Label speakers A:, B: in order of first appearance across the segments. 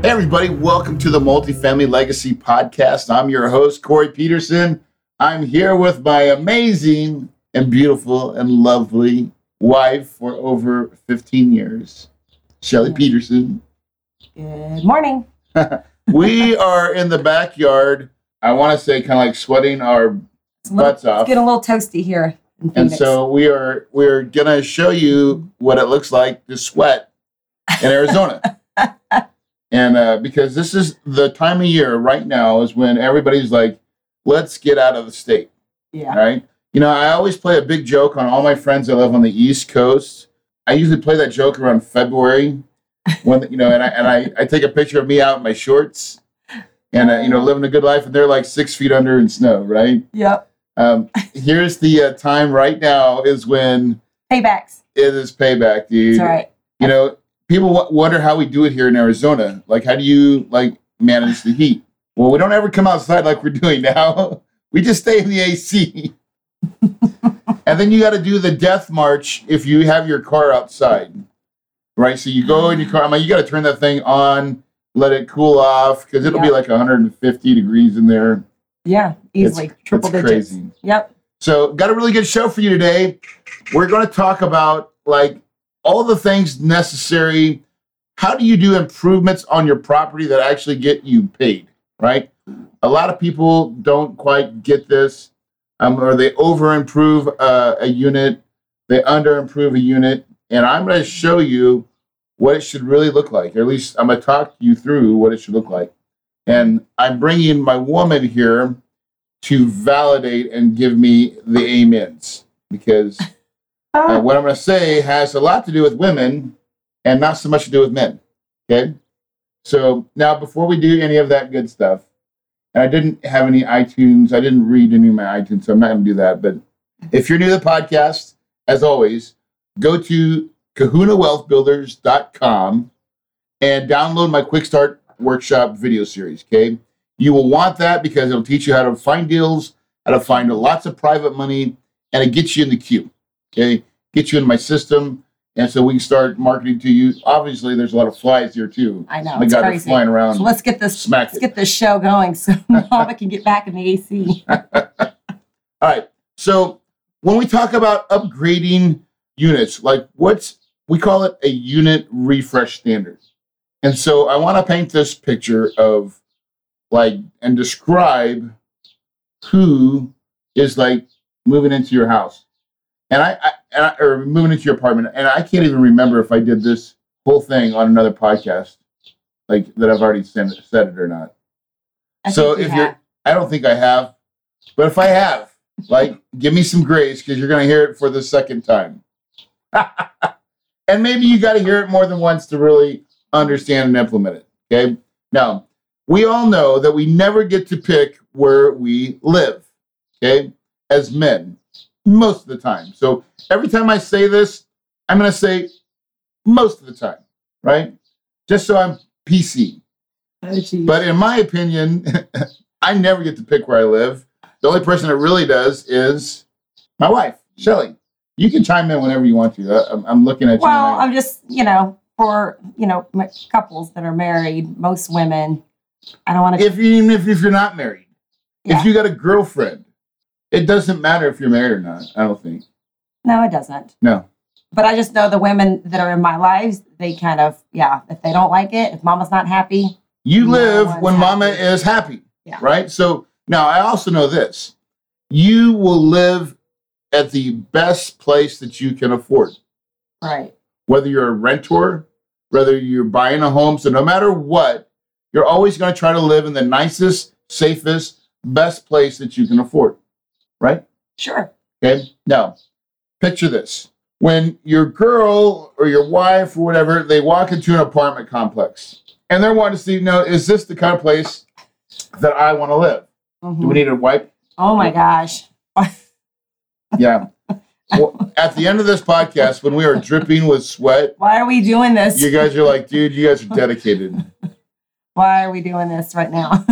A: Hey, everybody, welcome to the Multifamily Legacy Podcast. I'm your host, Corey Peterson. I'm here with my amazing and beautiful and lovely wife for over 15 years, Shelly Peterson.
B: Good morning.
A: We are in the backyard, I want to say, kind of like sweating our
B: It's, a little,
A: Butts off.
B: it's getting a little toasty here. In
A: and
B: Phoenix.
A: so we are we're gonna show you what it looks like to sweat in Arizona. and uh, because this is the time of year right now is when everybody's like, let's get out of the state.
B: yeah,
A: All right. You know, I always play a big joke on all my friends that live on the East Coast. I usually play that joke around February when, you know, and I, and I, I take a picture of me out in my shorts and, uh, you know, living a good life. And they're like six feet under in snow, right?
B: yep.
A: Um, here's the uh, time right now is when
B: Paybacks.
A: it is payback, dude.
B: It's all right.
A: You know, people w- wonder how we do it here in Arizona. Like, how do you like manage the heat? Well, we don't ever come outside like we're doing now. We just stay in the AC. and then you got to do the death march if you have your car outside, right? So you go in your car. I'm like, you got to turn that thing on, let it cool off because it'll be
B: Yeah.
A: like 150 degrees in there.
B: Yeah,
A: It's-
B: easily triple
A: it's
B: digits.
A: crazy.
B: Yep.
A: So, got a really good show for you today. We're going to talk about like all the things necessary. How do you do improvements on your property that actually get you paid? Right. A lot of people don't quite get this, um, or they over improve uh, a unit, they under improve a unit, and I'm going to show you what it should really look like. Or at least I'm going to talk you through what it should look like. And I'm bringing my woman here to validate and give me the amens because
B: Oh,
A: uh, what I'm going to say has a lot to do with women and not so much to do with men. Okay. So now, before we do any of that good stuff, and I didn't have any iTunes, I didn't read any of my iTunes, so I'm not going to do that. But if you're new to the podcast, as always, go to kahunawealthbuilders.com and download my quick start workshop video series. Okay. You will want that because it'll teach you how to find deals, how to find lots of private money, and it gets you in the queue. Okay, gets you in my system, and so we can start marketing to you. Obviously, there's a lot of flies here too.
B: I know.
A: My
B: it's
A: God, they're
B: crazy.
A: flying around.
B: So let's get this.
A: Smack
B: Let's
A: it.
B: get this show going so Mama can get back in the AC.
A: All right. So when we talk about upgrading units, like what's we call it a unit refresh standard. And so I want to paint this picture of like and describe who is like moving into your house. And I, I, and I or moving into your apartment. And I can't even remember if I did this whole thing on another podcast, like that I've already said it- said it or not.
B: I think
A: So
B: you
A: if
B: have.
A: you're- I don't think I have, but if I have, like, give me some grace because you're going to hear it for the second time. and maybe you got to hear it more than once to really understand and implement it. Okay. Now, we all know that we never get to pick where we live. Okay. As men, most of the time. So every time I say this, I'm going to say most of the time, right? Just so I'm PC.
B: Oh, geez.
A: But in my opinion, I never get to pick where I live. The only person that really does is my wife, Shelly. You can chime in whenever you want to. I- I'm, I'm looking at you.
B: Well,
A: now.
B: I'm just, you know, for, you know, m- couples that are married, most women, I don't want to.
A: if you, even if, if you're not married,
B: Yeah.
A: if you got a girlfriend, it doesn't matter if you're married or not. I don't think.
B: No, it doesn't.
A: No.
B: But I just know the women that are in my lives, they kind of, yeah, if they don't like it, if mama's not happy,
A: You
B: No
A: live
B: one's
A: when mama
B: happy.
A: is happy,
B: Yeah.
A: right? So now I also know this. you will live at the best place that you can afford.
B: Right.
A: Whether you're a rentor, whether you're buying a home, so no matter what, you're always going to try to live in the nicest, safest, best place that you can afford. Right?
B: Sure.
A: Okay. Now, picture this. When your girl or your wife or whatever, they walk into an apartment complex and they're wanting to see, no, is this the kind of place that I want to live? Do we
B: Mhm.
A: need a wipe?
B: Oh my gosh.
A: Yeah. Well, at the end of this podcast, when we are dripping with sweat,
B: Why are we doing this?
A: you guys are like, dude, you guys are dedicated.
B: Why are we doing this right now?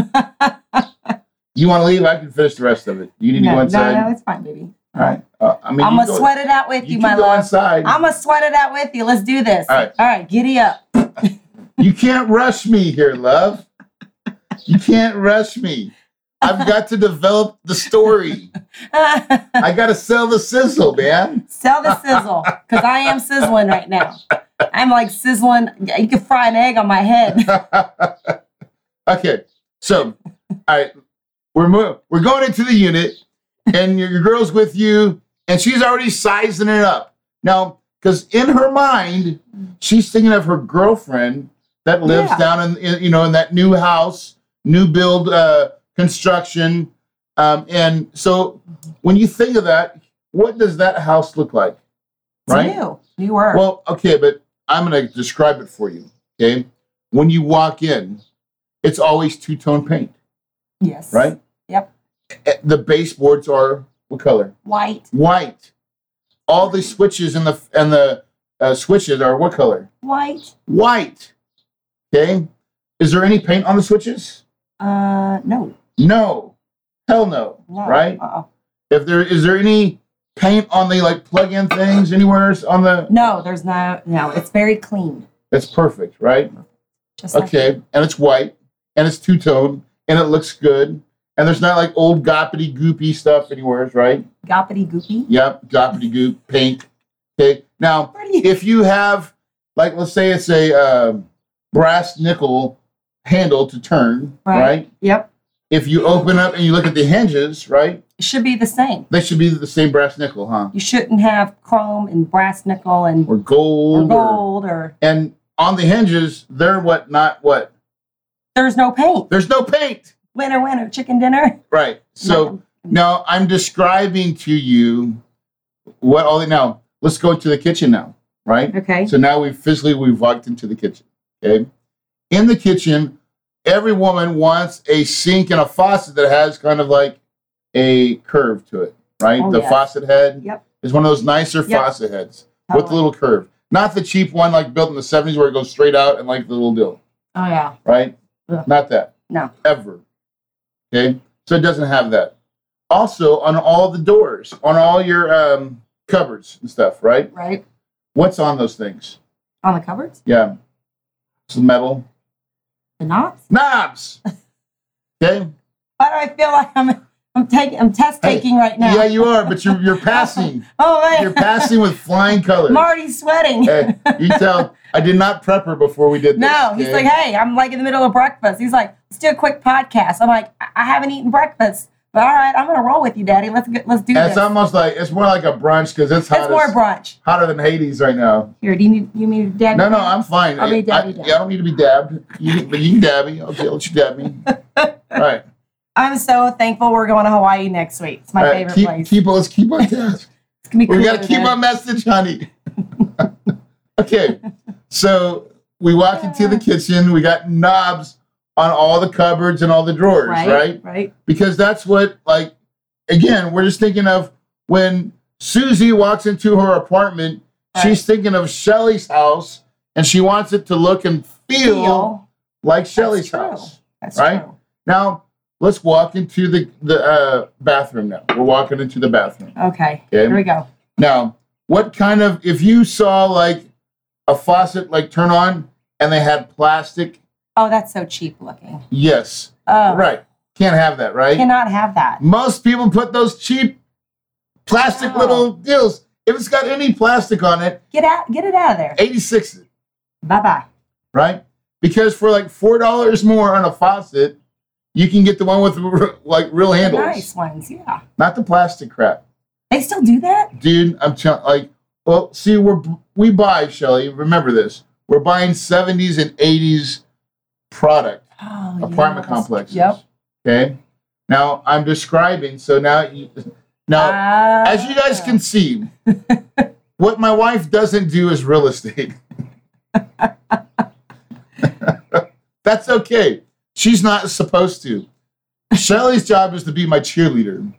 A: You want to leave? I can finish the rest of it. You need to
B: no,
A: go
B: no,
A: inside.
B: no, it's fine, baby.
A: All right. Uh, I mean,
B: I'm
A: you
B: gonna
A: go-
B: sweat it out with you,
A: you
B: my
A: can go
B: love.
A: inside.
B: I'm gonna sweat it out with you. Let's do this.
A: All right.
B: All right, giddy up.
A: you can't rush me here, love. You can't rush me. I've got to develop the story. I got to sell the sizzle, man.
B: Sell the sizzle, cause I am sizzling right now. I'm like sizzling. You could fry an egg on my head.
A: okay. So, all right, we're mo- we're going into the unit, and your, your girl's with you, and she's already sizing it up now because in her mind, she's thinking of her girlfriend that lives
B: Yeah.
A: down in, in you know in that new house, new build uh, construction, um, and so when you think of that, what does that house look like?
B: It's New, new word.
A: Well, okay, but I'm going to describe it for you. Okay. When you walk in, it's always two tone paint,
B: yes.
A: right?
B: Yep.
A: Eh, The baseboards are what color?
B: White.
A: White. All the switches and the and the uh, switches are what color?
B: White.
A: White. Okay. Is there any paint on the switches?
B: Uh, no.
A: No. Hell no.
B: no.
A: Right?
B: Uh-uh.
A: If there is there any paint on the like plug-in things anywhere else on the?
B: No, there's no. No, it's very clean.
A: That's perfect, right?
B: Just like
A: Okay, and it's white, and it's two tone, and it looks good, and there's not like old goppity goopy stuff anywhere, right?
B: goppity goopy.
A: Yep, goppity goop, pink. Okay, now
B: Pretty.
A: if you have like let's say it's a um brass nickel handle to turn, right.
B: Right. Yep.
A: If you open up and you look at the hinges, right,
B: It should be the same.
A: they should be the same brass nickel, huh?
B: You shouldn't have chrome and brass nickel and
A: Or
B: or
A: gold, or-
B: gold or
A: and on the hinges they're what not what.
B: there's no paint.
A: There's no paint,
B: Winner, winner, chicken dinner.
A: right? So. No, I'm describing to you what all now. Let's go to the kitchen now, right?
B: okay.
A: So now we physically we've walked into the kitchen. Okay. In the kitchen, every woman wants a sink and a faucet that has kind of like a curve to it, right?
B: Oh,
A: the
B: yes.
A: faucet head
B: Yep.
A: is one of those nicer
B: Yep.
A: faucet heads with the
B: Totally.
A: little curve. Not the cheap one like built in the 70s where it goes straight out and like the little deal
B: Oh yeah.
A: right?
B: Ugh.
A: Not that.
B: No.
A: Ever. Okay. So it doesn't have that. Also, on all the doors, on all your um, cupboards and stuff, right?
B: Right
A: What's on those things?
B: on the cupboards,
A: Yeah. Some metal
B: the knobs.
A: knobs. Okay.
B: Why do I feel like I'm I'm taking I'm test
A: Hey,
B: taking right now?
A: Yeah, you are, but you're you're passing.
B: oh man,
A: You're passing with flying colors.
B: I'm already sweating.
A: Hey, you tell. I did not prep her before we did this.
B: no, he's
A: okay?
B: like, hey, I'm like in the middle of breakfast. He's like, let's do a quick podcast. I'm like, I I haven't eaten breakfast, but all right, I'm gonna roll with you, Daddy. Let's get, let's do
A: It's
B: this.
A: almost like it's more like a brunch because it's hot.
B: it's more
A: as-
B: brunch.
A: hotter than Hades right now.
B: Here, do you need you need Daddy?
A: No, no, I'm fine.
B: I'll be
A: I-
B: dabby
A: I,
B: dab.
A: yeah, I don't need to be dabbed, you, but you can dab me. Okay, I'll let you dab me. All right.
B: I'm so thankful we're going to Hawaii next week. It's my
A: All right.
B: favorite
A: keep,
B: place.
A: Keep, let's keep on task.
B: it's gonna be
A: we got
B: cooler
A: to keep
B: there.
A: our message, honey. okay. So we walk into the kitchen. We got knobs on all the cupboards and all the drawers,
B: right,
A: right?
B: right,
A: because that's what like again we're just thinking of when susie walks into her apartment
B: Right.
A: she's thinking of shelly's house and she wants it to look and feel,
B: Feel.
A: like shelly's
B: true.
A: house
B: That's
A: Right?
B: true.
A: now let's walk into the the uh, bathroom now we're walking into the bathroom
B: Okay,
A: Okay.
B: here we go.
A: now what kind of if you saw like a faucet like turn on and they had plastic
B: Oh, that's so cheap looking.
A: yes
B: Oh,
A: right can't have that right
B: cannot have that.
A: Most people put those cheap plastic
B: Wow.
A: little deals. If it's got any plastic on it,
B: Get out, get it out of there.
A: 86 it,
B: Bye bye.
A: right? Because for like $4 more on a faucet, You can get the one with r- like real
B: The
A: handles,
B: nice ones, yeah.
A: not the plastic crap,
B: They still do that?
A: dude. I'm telling, like, well, see, we're we buy Shelly. Remember this: we're buying '70s and '80s product.
B: Oh,
A: apartment
B: yes.
A: complexes.
B: Yep.
A: Okay. Now I'm describing. So now, you, now
B: Ah.
A: Oh, as you guys can see, what my wife doesn't do is real estate. That's okay. She's not supposed to. Shelly's job is to be my cheerleader,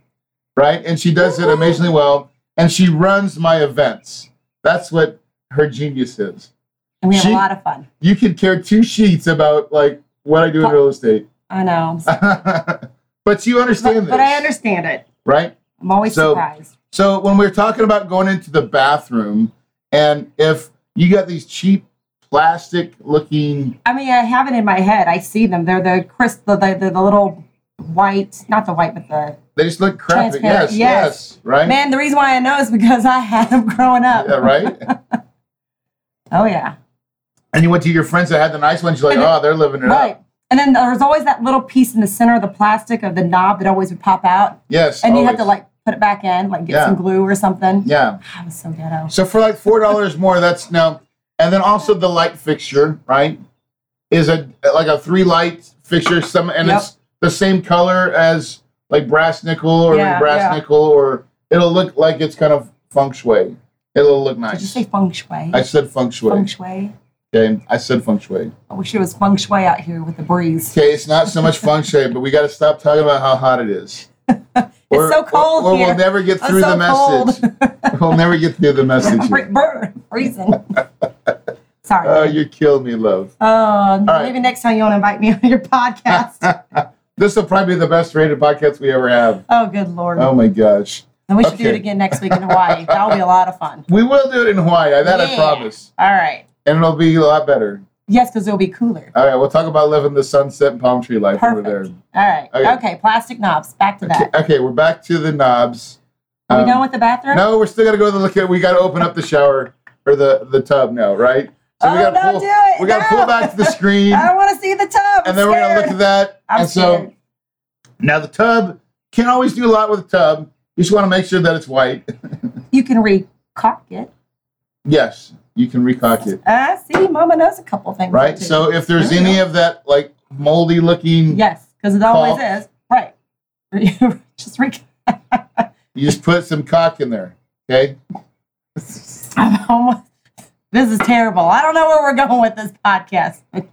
A: right? And she does it amazingly well. And she runs my events. That's what her genius is.
B: And we have
A: she-
B: a lot of fun.
A: You could care two sheets about like what I do in real estate.
B: I know.
A: but you understand
B: But,
A: this,
B: but I understand it.
A: right?
B: I'm always
A: So-
B: surprised.
A: So when we're talking about going into the bathroom, and if you got these cheap plastic looking,
B: I mean, I have it in my head. I see them. They're the crisp, the, the, the, the little white, not the white, but the.
A: they just look crappy.
B: Transparent,
A: Yes, yes,
B: yes.
A: right,
B: Man, the reason why I know is because I had them growing up.
A: yeah, right.
B: Oh, yeah.
A: and you went to your friends that had the nice ones. You're like,
B: And
A: oh, they're living it
B: Right.
A: up.
B: And then there was always that little piece in the center of the plastic of the knob that always would pop out.
A: Yes,
B: And you had to
A: always.
B: like put it back in, like get
A: Yeah.
B: some glue or something.
A: yeah.
B: I was so ghetto.
A: So for like four dollars more, that's now. And then also the light fixture, right, is a like a three light fixture. Some and
B: Yep.
A: it's the same color as like brass nickel or
B: Yeah,
A: brass
B: yeah.
A: nickel, or it'll look like it's kind of feng shui. It'll look
B: Did you
A: nice.
B: say feng shui?
A: I said feng shui.
B: feng shui?
A: Okay, I said feng shui.
B: I wish it was feng shui out here with the breeze.
A: Okay, it's not so much feng shui, but we got to stop talking about how hot it is. Or-
B: so cold
A: Or, or
B: here.
A: we'll never get
B: I'm
A: through
B: so
A: the message. we'll never get through the message.
B: Fre-
A: here.
B: Brr, freezing. Sorry.
A: Oh, you kill me, love.
B: Oh,
A: right.
B: maybe next time you want to invite me on your podcast.
A: This will probably be the best rated podcast we ever have.
B: oh, good lord!
A: Oh my gosh.
B: and we should do
A: okay.
B: it again next week in Hawaii. That'll be a lot of fun.
A: We will do it in Hawaii. That I
B: Yeah.
A: promise.
B: All right.
A: And it'll be a lot better.
B: Yes, because it'll be cooler.
A: All right, we'll talk about living the sunset and palm tree life
B: Perfect.
A: over
B: All right.
A: Okay.
B: Okay. Plastic knobs. Back to
A: there.
B: that.
A: Okay, we're back to the knobs.
B: Are
A: Um,
B: we done with the bathroom?
A: No, we're still gonna go to the look at. We gotta open up the shower or the the tub now, right? we
B: Oh,
A: gotta
B: don't
A: pull,
B: do it,
A: We gotta
B: no.
A: pull back to the screen,
B: I don't want to see the tub.
A: and then we're gonna look at that.
B: I'm
A: and so
B: scared.
A: now the tub can always do a lot with the tub. You just want to make sure that it's white.
B: You can recock it.
A: yes, you can recock it,
B: I see. Mama knows a couple things.
A: right?
B: too.
A: So if there's
B: There we
A: any
B: go.
A: of that like moldy looking,
B: yes, because it always
A: Caulk.
B: is right. Just recock.
A: you just put some cock in there. Okay,
B: I'm almost. This is terrible. I don't know where we're going with this podcast.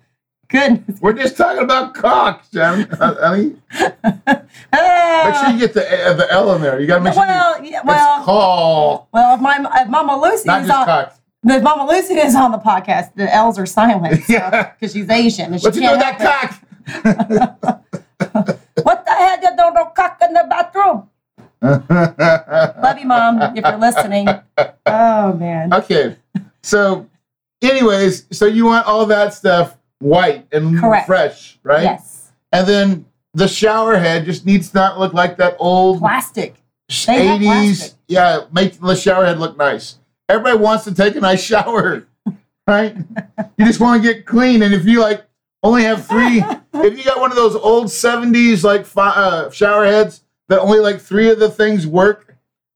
B: Goodness.
A: we're just talking about cock, Jen. Uh, honey. Make sure you get the uh, the L in there. You gotta make sure. you,
B: well, yeah,
A: it's
B: well,
A: cock,
B: well. If my if Mama Lucy
A: not
B: is
A: just
B: on,
A: cock.
B: if Mama Lucy is on the podcast, the L's are silent.
A: Yeah.
B: because she's Asian and she
A: What you do
B: can't
A: with
B: help
A: that
B: it.
A: cock?
B: What the hell? You don't know cock in the bathroom. Love you, mom, if you're listening. Oh man.
A: Okay. So, anyways, so you want all that stuff white and
B: Correct.
A: fresh, right?
B: Yes.
A: And then the shower head just needs to not look like that old
B: Plastic. They have
A: 80s.
B: plastic.
A: Yeah, make the shower head look nice. Everybody wants to take a nice shower, right? you just want to get clean. And if you like only have three, if you got one of those old 70s like fi- uh, shower heads that only like three of the things work,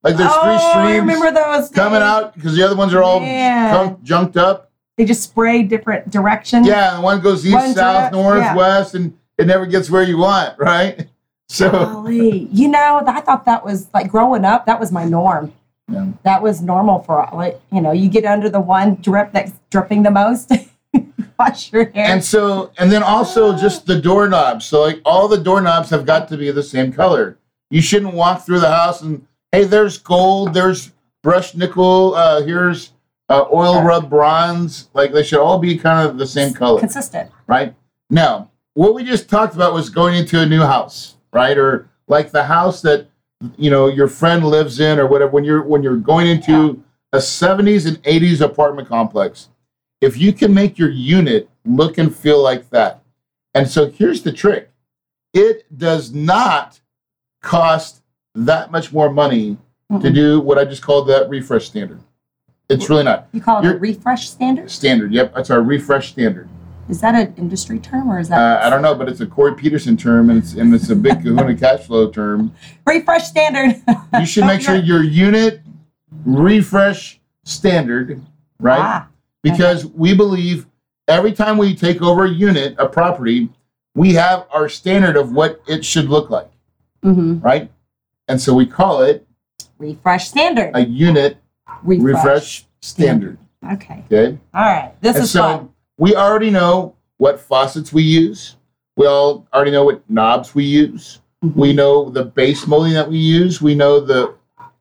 A: like there's three
B: oh,
A: streams
B: I remember those
A: coming
B: things.
A: out because the other ones are all
B: Man.
A: junk, junked up.
B: They just spray different directions.
A: Yeah, and one goes east,
B: One
A: south,
B: direct-
A: north,
B: yeah.
A: west, and it never gets where you want, right? So,
B: Golly. You know, I thought that was like growing up, that was my norm.
A: Yeah.
B: That was normal for like, you know, you get under the one drip that's dripping the most. Wash your hair.
A: and so, and then also just the doorknobs. So, like all the doorknobs have got to be the same color. You shouldn't walk through the house and hey, there's gold, there's brushed nickel, uh, here's uh, oil rub bronze. Like they should all be kind of the same color.
B: consistent.
A: right? Now, what we just talked about was going into a new house, right? Or like the house that you know your friend lives in or whatever when you're when you're going into a 70s and 80s apartment complex. If you can make your unit look and feel like that. And so here's the trick. It does not cost that much more money to
B: Mm-mm.
A: do what I just called that refresh standard. It's really not
B: You call it
A: You're-
B: a refresh standard?
A: standard. Yep, that's our refresh standard.
B: Is that an industry term or is that?
A: Uh, I don't know, but it's a Corey Peterson term, and it's and it's a big Kahuna cash flow term.
B: refresh standard.
A: You should make sure your unit refresh standard, right?
B: Ah,
A: because we believe every time we take over a unit, a property, we have our standard of what it should look like,
B: hmm
A: right? And so we call it
B: Refresh standard.
A: a unit refresh standard.
B: Okay.
A: Okay.
B: All right. This
A: and
B: is
A: so
B: fun.
A: we already know what faucets we use. We all already know what knobs we use.
B: Mm-hmm.
A: We know the base molding that we use. We know the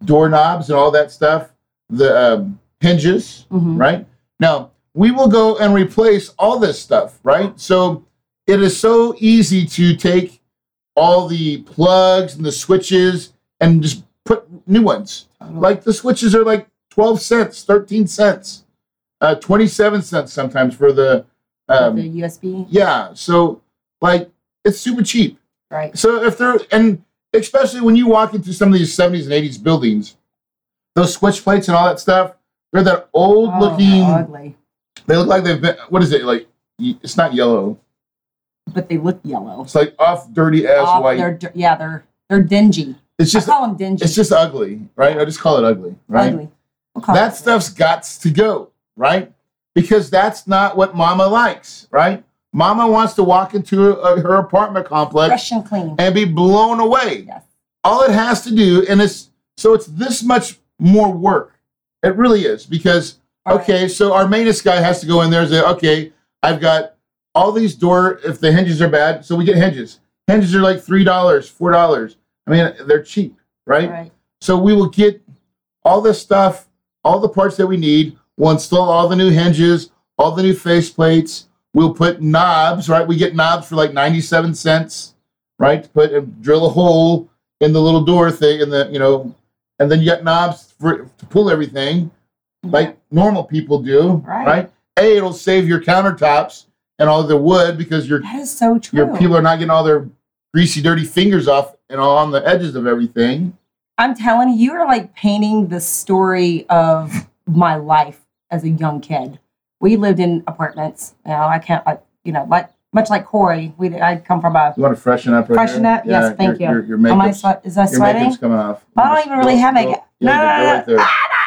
A: doorknobs and all that stuff, the um, hinges,
B: Mhm.
A: right? Now, we will go and replace all this stuff, right? So it is so easy to take all the plugs and the switches and just put new ones. Like the switches are like 12 cents, 13 cents, uh, 27 cents sometimes for the, um,
B: the USB.
A: yeah. So like it's super cheap.
B: Right.
A: So if they're and especially when you walk into some of these 70s and 80s buildings, those switch plates and all that stuff, they're that old
B: Oh,
A: looking.
B: ugly.
A: They look like they've been. What is it like? y- It's not yellow.
B: But they look yellow.
A: It's like off dirty ass
B: Off,
A: white.
B: They're, dir- yeah, they're they're dingy.
A: It's just
B: I call them dingy.
A: it's just ugly, right? I just call it ugly, right?
B: ugly. We'll call
A: That
B: it-
A: stuff's got to go, right? Because that's not what Mama likes, right? Mama wants to walk into uh, her apartment complex
B: fresh and clean.
A: and be blown away.
B: Yes.
A: All it has to do, and it's so it's this much more work. It really is because
B: All right.
A: okay, so our maintenance guy has to go in there and say, okay, I've got all these door. If the hinges are bad, so we get hinges. Hinges are like three dollars, four dollars. I mean, they're cheap, right?
B: Right.
A: So we will get all this stuff, all the parts that we need. We'll install all the new hinges, all the new face plates. We'll put knobs, right? We get knobs for like 97 cents, right? To put and drill a hole in the little door thing in the, you know, and then you got knobs for, to pull everything like normal people do,
B: Right.
A: right. A, it'll save your countertops and all the wood because your
B: That is so true.
A: your people are not getting all their greasy, dirty fingers off and all on the edges of everything.
B: I'm telling you, you are like painting the story of my life as a young kid. We lived in apartments. Now I can't, like, you know, like much like Corey, we I come from a.
A: You want to freshen up? Right
B: Freshen
A: here?
B: up? Yes, thank
A: your,
B: you.
A: Your, your
B: Am I
A: makeup's,
B: sweat? Is I
A: your
B: sweating?
A: makeup's coming off.
B: Well, I don't even really have makeup.
A: Yeah,
B: No, no,
A: go
B: no, Ah,
A: right there.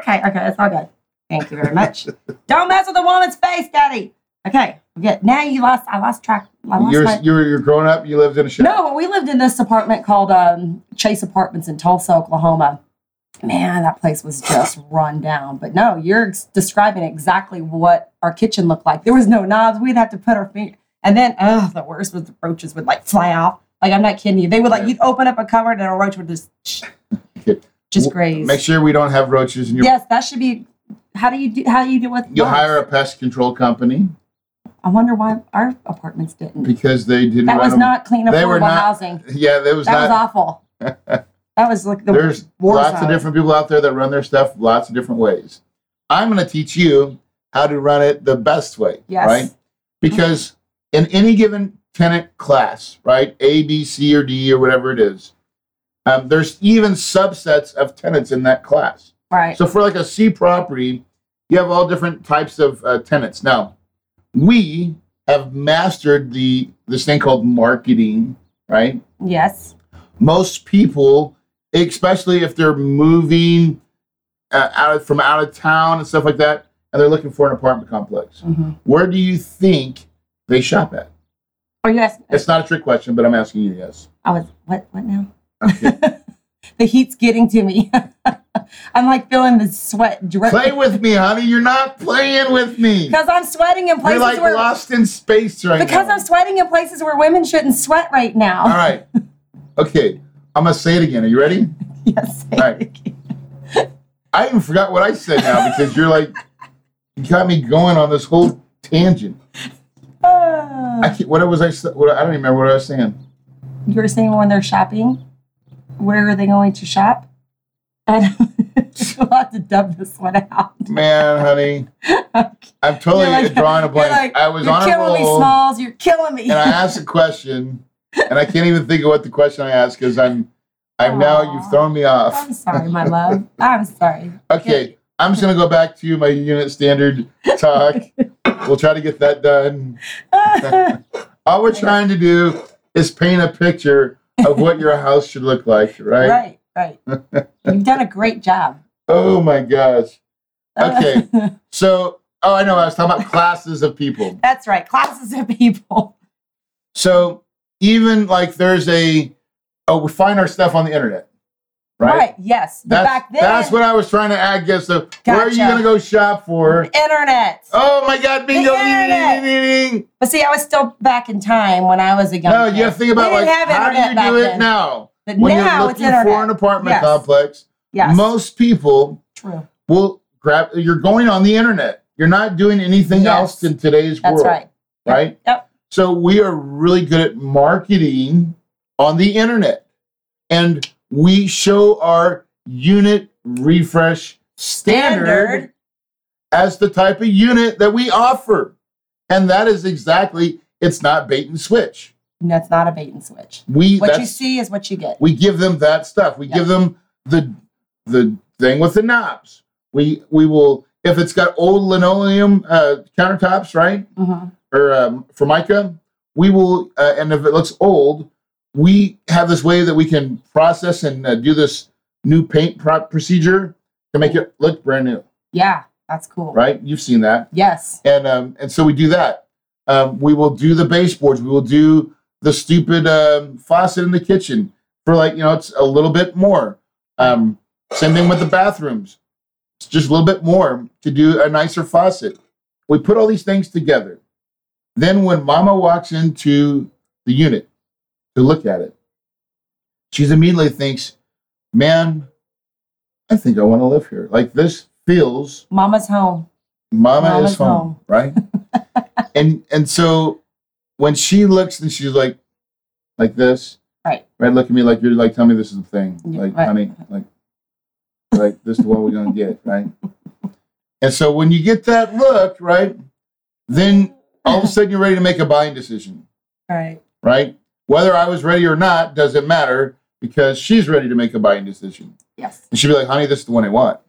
B: Okay, okay, that's all good. Thank you very much. Don't mess with a woman's face, Daddy. Okay, okay. Now you lost. I lost track. I lost
A: You're,
B: my.
A: you're, you're growing up. You lived in a shed.
B: No, we lived in this apartment called um, Chase Apartments in Tulsa, Oklahoma. Man, that place was just run down. But no, you're ex- describing exactly what our kitchen looked like. There was no knobs. We'd have to put our finger, and then oh, the worst was the roaches would like fly out. Like I'm not kidding you. They would like
A: Yeah.
B: you'd open up a cupboard and a roach would just sh-
A: Okay.
B: just
A: W-
B: graze.
A: Make sure we don't have roaches in your.
B: yes, that should be. How do you do? How do you deal with?
A: You
B: bugs?
A: hire a pest control company
B: I wonder why our apartments didn't.
A: because they didn't.
B: That
A: run
B: was
A: them-
B: not clean,
A: They were
B: affordable
A: not-
B: housing.
A: Yeah, that was
B: That was
A: not.
B: awful. that was like the
A: there's
B: war
A: lots
B: zone.
A: of different people out there that run their stuff lots of different ways. I'm going to teach you how to run it the best way.
B: Yes.
A: Right? Because in any given tenant class, right, A, B, C, or D, or whatever it is, um, there's even subsets of tenants in that class.
B: right.
A: So for like a C property, you have all different types of uh, tenants. Now, we have mastered the this thing called marketing, right?
B: Yes.
A: most people, especially if they're moving uh, out of, from out of town and stuff like that, and they're looking for an apartment complex,
B: Mm-hmm.
A: where do you think they shop at?
B: Are you asking?
A: It's not a trick question, but I'm asking you. Yes.
B: I was what? What now?
A: Okay.
B: The heat's getting to me. I'm like feeling the sweat drip
A: Play with me, honey. You're not playing with me.
B: because I'm sweating in
A: You're
B: places
A: like
B: where
A: lost in space right now.
B: because I'm sweating in places where women shouldn't sweat right now.
A: All right. Okay. I'm gonna say it again. Are you ready?
B: Yes.
A: All right. I even forgot what I said now because you're like, you got me going on this whole tangent.
B: Ah.
A: I can't, what was I? s- What, I don't even remember what I was saying.
B: you were saying when they're shopping, where are they going to shop? I don't. We'll have to dub this one out.
A: Man, honey, I'm totally
B: You're like-
A: drawing a
B: You're
A: blank.
B: like,
A: I was
B: you're
A: on a
B: killing
A: roll,
B: me, Smalls. You're killing me.
A: and I asked a question, and I can't even think of what the question I asked because I'm, I'm now
B: Aw.
A: you've thrown me off.
B: I'm sorry, my love. I'm sorry.
A: Okay, I'm just gonna go back to my unit standard talk. we'll try to get that done. All we're trying to do is paint a picture of what your house should look like, right?
B: right, right. You've done a great job.
A: Oh my gosh.
B: Uh.
A: Okay. So, oh, I know. I was talking about classes of people.
B: That's right. Classes of people.
A: So, even like there's a, oh, we find our stuff on the internet, right?
B: Right. yes. But
A: That's,
B: back then,
A: that's what I was trying to add. Guess so. Where are you
B: Gotcha.
A: gonna go shop for?
B: internet.
A: Oh my God! Bingo! Ding, ding, ding,
B: internet.
A: ding, ding.
B: But see, I was still back in time when I was a young.
A: No,
B: kid.
A: you have to think about
B: We
A: like
B: didn't have
A: how do
B: internet
A: you do
B: back
A: it
B: then.
A: now?
B: But
A: When
B: now
A: you're
B: it's
A: looking
B: internet.
A: for an apartment
B: Yes.
A: complex,
B: Yes.
A: most people
B: True.
A: will grab. You're going on the internet. You're not doing anything
B: Yes.
A: else in today's
B: That's
A: world,
B: right.
A: right?
B: Yep.
A: So we are really good at marketing on the internet. And we show our unit refresh standard,
B: Standard.
A: as the type of unit that we offer. And that is exactly it's not bait and switch.
B: And that's not a bait and switch.
A: We
B: What you
A: that's,
B: see is what you get.
A: we give them that stuff. We
B: Yeah.
A: give them the the thing with the knobs. We we will if it's got old linoleum uh, countertops, right?
B: Mhm.
A: or um, for Micah, we will, uh, and if it looks old, we have this way that we can process and uh, do this new paint pro- procedure to make it look brand new,
B: Yeah, that's cool.
A: right? You've seen that,
B: Yes.
A: and um, and so we do that. Um, we will do the baseboards. We will do the stupid um, faucet in the kitchen for like you know it's a little bit more. Um, same thing with the bathrooms. It's just a little bit more to do a nicer faucet. We put all these things together. Then when mama walks into the unit to look at it, she immediately thinks, man, I think I want to live here. Like this feels
B: Mama's home.
A: mama
B: Mama's
A: is home,
B: home.
A: right? and and so when she looks and she's like like this,
B: Right.
A: Right, look at me like you're like tell me this is the thing.
B: Yeah,
A: Like
B: right.
A: honey, like like this is what we're gonna get, right? And so when you get that look, right, then all of a sudden you're ready to make a buying decision,
B: Right.
A: right? Whether I was ready or not doesn't matter because she's ready to make a buying decision.
B: Yes.
A: And she'd be like, honey, this is the one I want.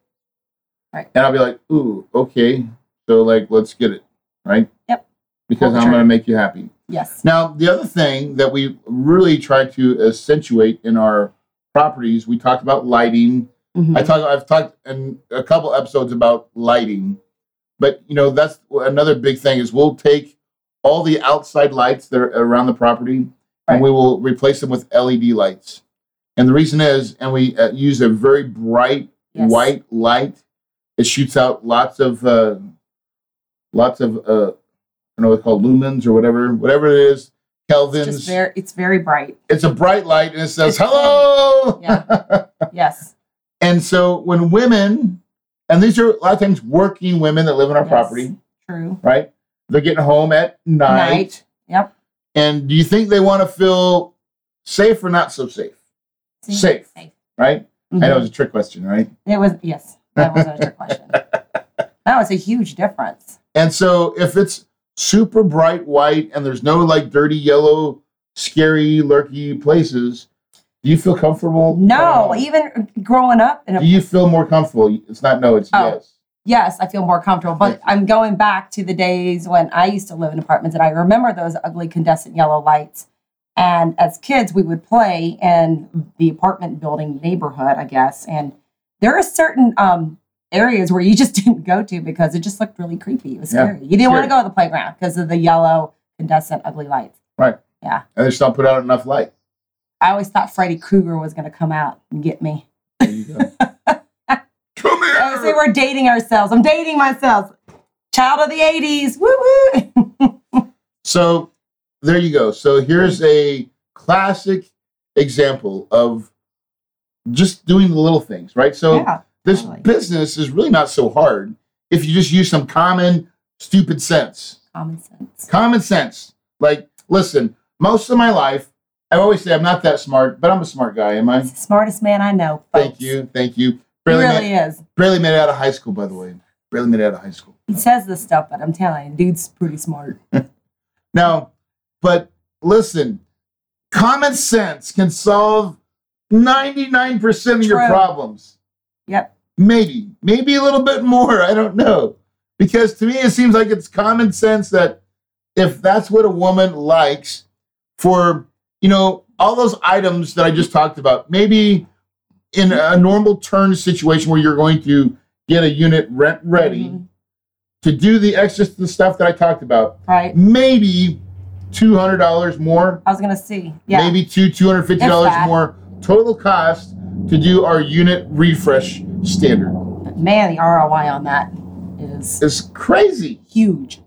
B: Right.
A: And I'll be like, ooh, okay. So, like, let's get it. Right?
B: Yep.
A: Because
B: Pull the
A: I'm going to
B: trigger.
A: make you happy.
B: Yes.
A: Now, the other thing that we really try to accentuate in our properties, we talked about lighting.
B: Mhm.
A: I talk, I've talked in a couple episodes about lighting, but you know that's another big thing is we'll take all the outside lights that are around the property
B: Right.
A: and we will replace them with LED lights. And the reason is, and we uh, use a very bright
B: Yes.
A: white light. It shoots out lots of uh, lots of uh, I don't know what it's called lumens or whatever, whatever it is, kelvins.
B: Just very. It's very bright.
A: it's a bright light and it says
B: It's bright.
A: hello.
B: Yeah. yes.
A: And so when women, and these are a lot of times working women that live in our
B: Yes.
A: property,
B: True.
A: right? They're getting home at night.
B: Night. Yep.
A: And do you think they want to feel safe or not so safe?
B: See?
A: Safe.
B: Safe.
A: Right?
B: Mhm.
A: I know it was a trick question, right?
B: It was yes. That wasn't a trick question. That was a huge difference.
A: And so if it's super bright white and there's no like dirty yellow, scary, lurky places, do you feel comfortable?
B: No,
A: Uh,
B: even growing up in a
A: do you feel more comfortable? It's not no, it's
B: Oh.
A: yes.
B: yes, I feel more comfortable. But I'm going back to the days when I used to live in apartments and I remember those ugly condensate yellow lights. And as kids, we would play in the apartment building neighborhood, I guess. And there are certain um, areas where you just didn't go to because it just looked really creepy. It was
A: Yeah,
B: scary. You didn't want
A: scary.
B: to go to the playground because of the yellow condensate ugly lights.
A: And they just don't put out enough light.
B: I always thought Freddy Krueger was going to come out and get me.
A: There you go. Come here.
B: I say we're dating ourselves. I'm dating myself. Child of the 80s. Woo woo.
A: So there you go. So here's a classic example of just doing the little things, right? So
B: yeah.
A: this
B: totally.
A: business is really not so hard if you just use some common stupid sense.
B: Common sense.
A: Common sense. Like, listen, most of my life, I always say I'm not that smart, but I'm a smart guy, am I?
B: He's the smartest man I know. folks.
A: Thank you. Thank you.
B: He
A: Barely,
B: really
A: made,
B: is.
A: barely made it out of high school, by the way. Barely made it out of high school.
B: He says this stuff, but I'm telling you, dude's pretty smart.
A: Now, but listen, common sense can solve 99% of your
B: True.
A: problems.
B: Yep.
A: Maybe, maybe a little bit more. I don't know. Because to me, it seems like it's common sense that if that's what a woman likes for, you know, all those items that I just talked about, maybe in a normal turn situation where you're going to get a unit rent ready
B: Mhm.
A: to do the extra the stuff that I talked about,
B: Right.
A: maybe $200 more,
B: I was gonna see. Yeah.
A: maybe two
B: If
A: $250
B: that.
A: more total cost to do our unit refresh standard.
B: Man, the ROI on that is
A: It's crazy,
B: huge.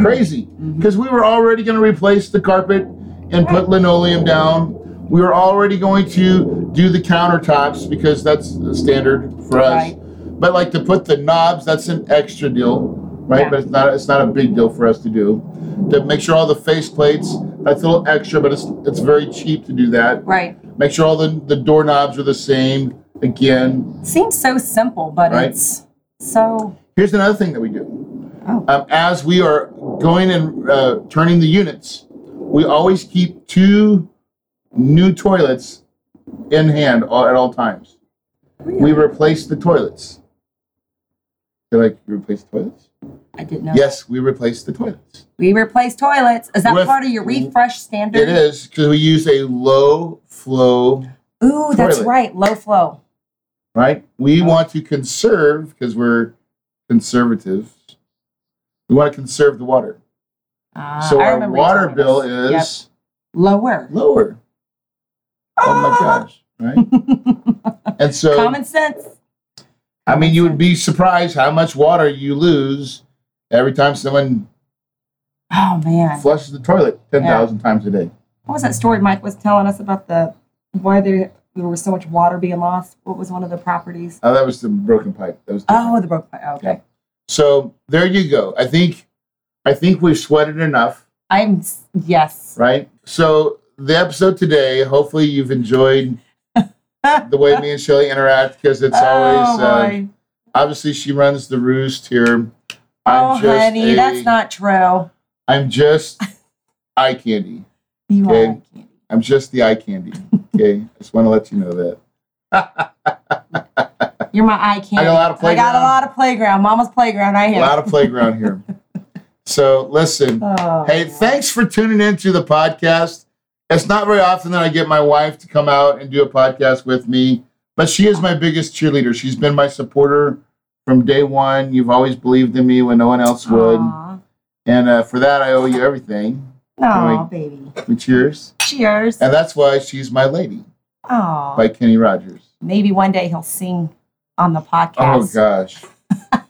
A: crazy.
B: Mm-hmm.
A: Because we were already going to replace the carpet and put linoleum down. We were already going to do the countertops because that's the standard for us.
B: Right.
A: But like to put the knobs, that's an extra deal, right?
B: Yeah.
A: But it's not it's not a big deal for us to do. To make sure all the face plates, that's a little extra, but it's it's very cheap to do that.
B: Right.
A: Make sure all the, the doorknobs are the same again.
B: Seems so simple, but
A: Right.
B: it's so
A: Here's another thing that we do.
B: Oh.
A: Um, as we are going and uh, turning the units, we always keep two new toilets in hand all, at all times. We replace the toilets. You're like, you replace the toilets?
B: I didn't know.
A: Yes, we replace the toilets.
B: We replaced toilets. Is that
A: With-
B: part of your refresh standard?
A: It is because we use a low flow,
B: Ooh, that's
A: Toilet.
B: right. Low flow.
A: right?
B: Oh.
A: We want to conserve because we're conservative. We want to conserve the water.
B: Ah,
A: So
B: I
A: our
B: remember you
A: water
B: telling me
A: bill
B: this.
A: is.
B: Yep. lower.
A: lower. Oh my gosh, right? and so,
B: Common sense.
A: I mean, you would be surprised how much water you lose every time someone
B: Oh man, what
A: flushes the toilet 10,000 times a day.
B: was that story Mike was telling us about the why there there was so much water being lost? What was one of the properties?
A: Oh, that was the broken pipe. That was
B: Oh, the broke pipe. Oh, okay,
A: Yeah. So, there you go. I think I think we've sweated enough,
B: I'm s- yes.
A: right? So, the episode today, hopefully you've enjoyed the way me and Shelly interact because it's always
B: oh
A: uh,
B: boy.
A: obviously she runs the roost here.
B: oh honey,
A: a-
B: that's not true.
A: I'm just eye candy.
B: You
A: Okay.
B: are like candy.
A: I'm just the eye candy. Okay, I just want to let you know that.
B: You're my eye candy.
A: a lot of
B: I
A: playground.
B: got a lot of playground. Mama's playground right
A: A
B: here.
A: lot of playground here. So listen,
B: oh,
A: hey,
B: man.
A: thanks for tuning in to the podcast. It's not very often that I get my wife to come out and do a podcast with me, but she is my biggest cheerleader. She's been my supporter from day one. You've always believed in me when no one else would,
B: Aw.
A: and uh, for that I owe you everything.
B: Aw, baby.
A: We cheers,
B: Cheers.
A: and that's why she's my lady
B: Oh,
A: by Kenny Rogers.
B: maybe one day he'll sing on the podcast.
A: Oh gosh.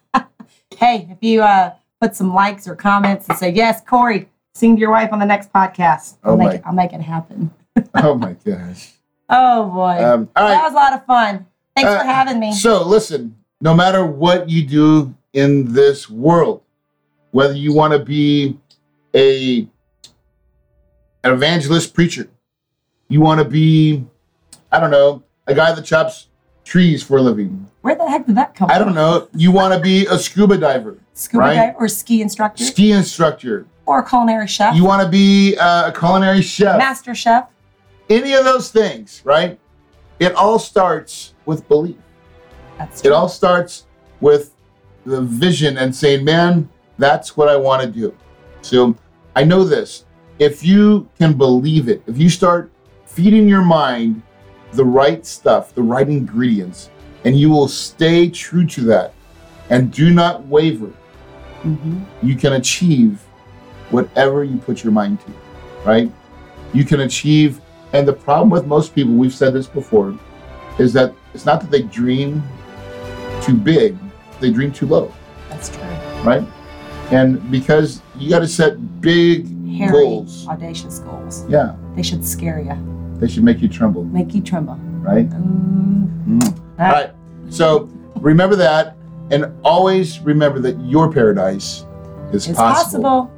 B: hey, if you uh, put some likes or comments and say, yes, Corey, sing to your wife on the next podcast, I'll,
A: Oh,
B: make,
A: my.
B: it, I'll make it happen.
A: Oh my gosh.
B: Oh, boy.
A: Um, all
B: That
A: right.
B: was a lot of fun. Thanks
A: Uh,
B: for having me.
A: So listen, no matter what you do in this world, whether you want to be a an evangelist preacher, you want to be, I don't know, a guy that chops trees for a living.
B: Where the heck did that come
A: I
B: from?
A: don't know. You want to be a scuba diver,
B: Scuba
A: right?
B: diver or ski instructor
A: ski instructor.
B: or culinary chef,
A: You want to be uh, a culinary chef.
B: master chef.
A: Any of those things, right? It all starts with belief.
B: That's
A: It
B: true.
A: all starts with the vision and saying, man, that's what I want to do. So I know this. If you can believe it, if you start feeding your mind the right stuff, the right ingredients, and you will stay true to that and do not waver,
B: Mhm.
A: you can achieve whatever you put your mind to, right? You can achieve. And the problem with most people, we've said this before, is that it's not that they dream too big, they dream too low,
B: That's true.
A: right? And because you got to set big
B: Hairy,
A: goals.
B: audacious goals.
A: Yeah,
B: They should scare you,
A: they should make you tremble,
B: make you tremble.
A: right?
B: Mm.
A: Mm. All right. So remember that. And always remember that your paradise is
B: It's
A: possible.
B: possible.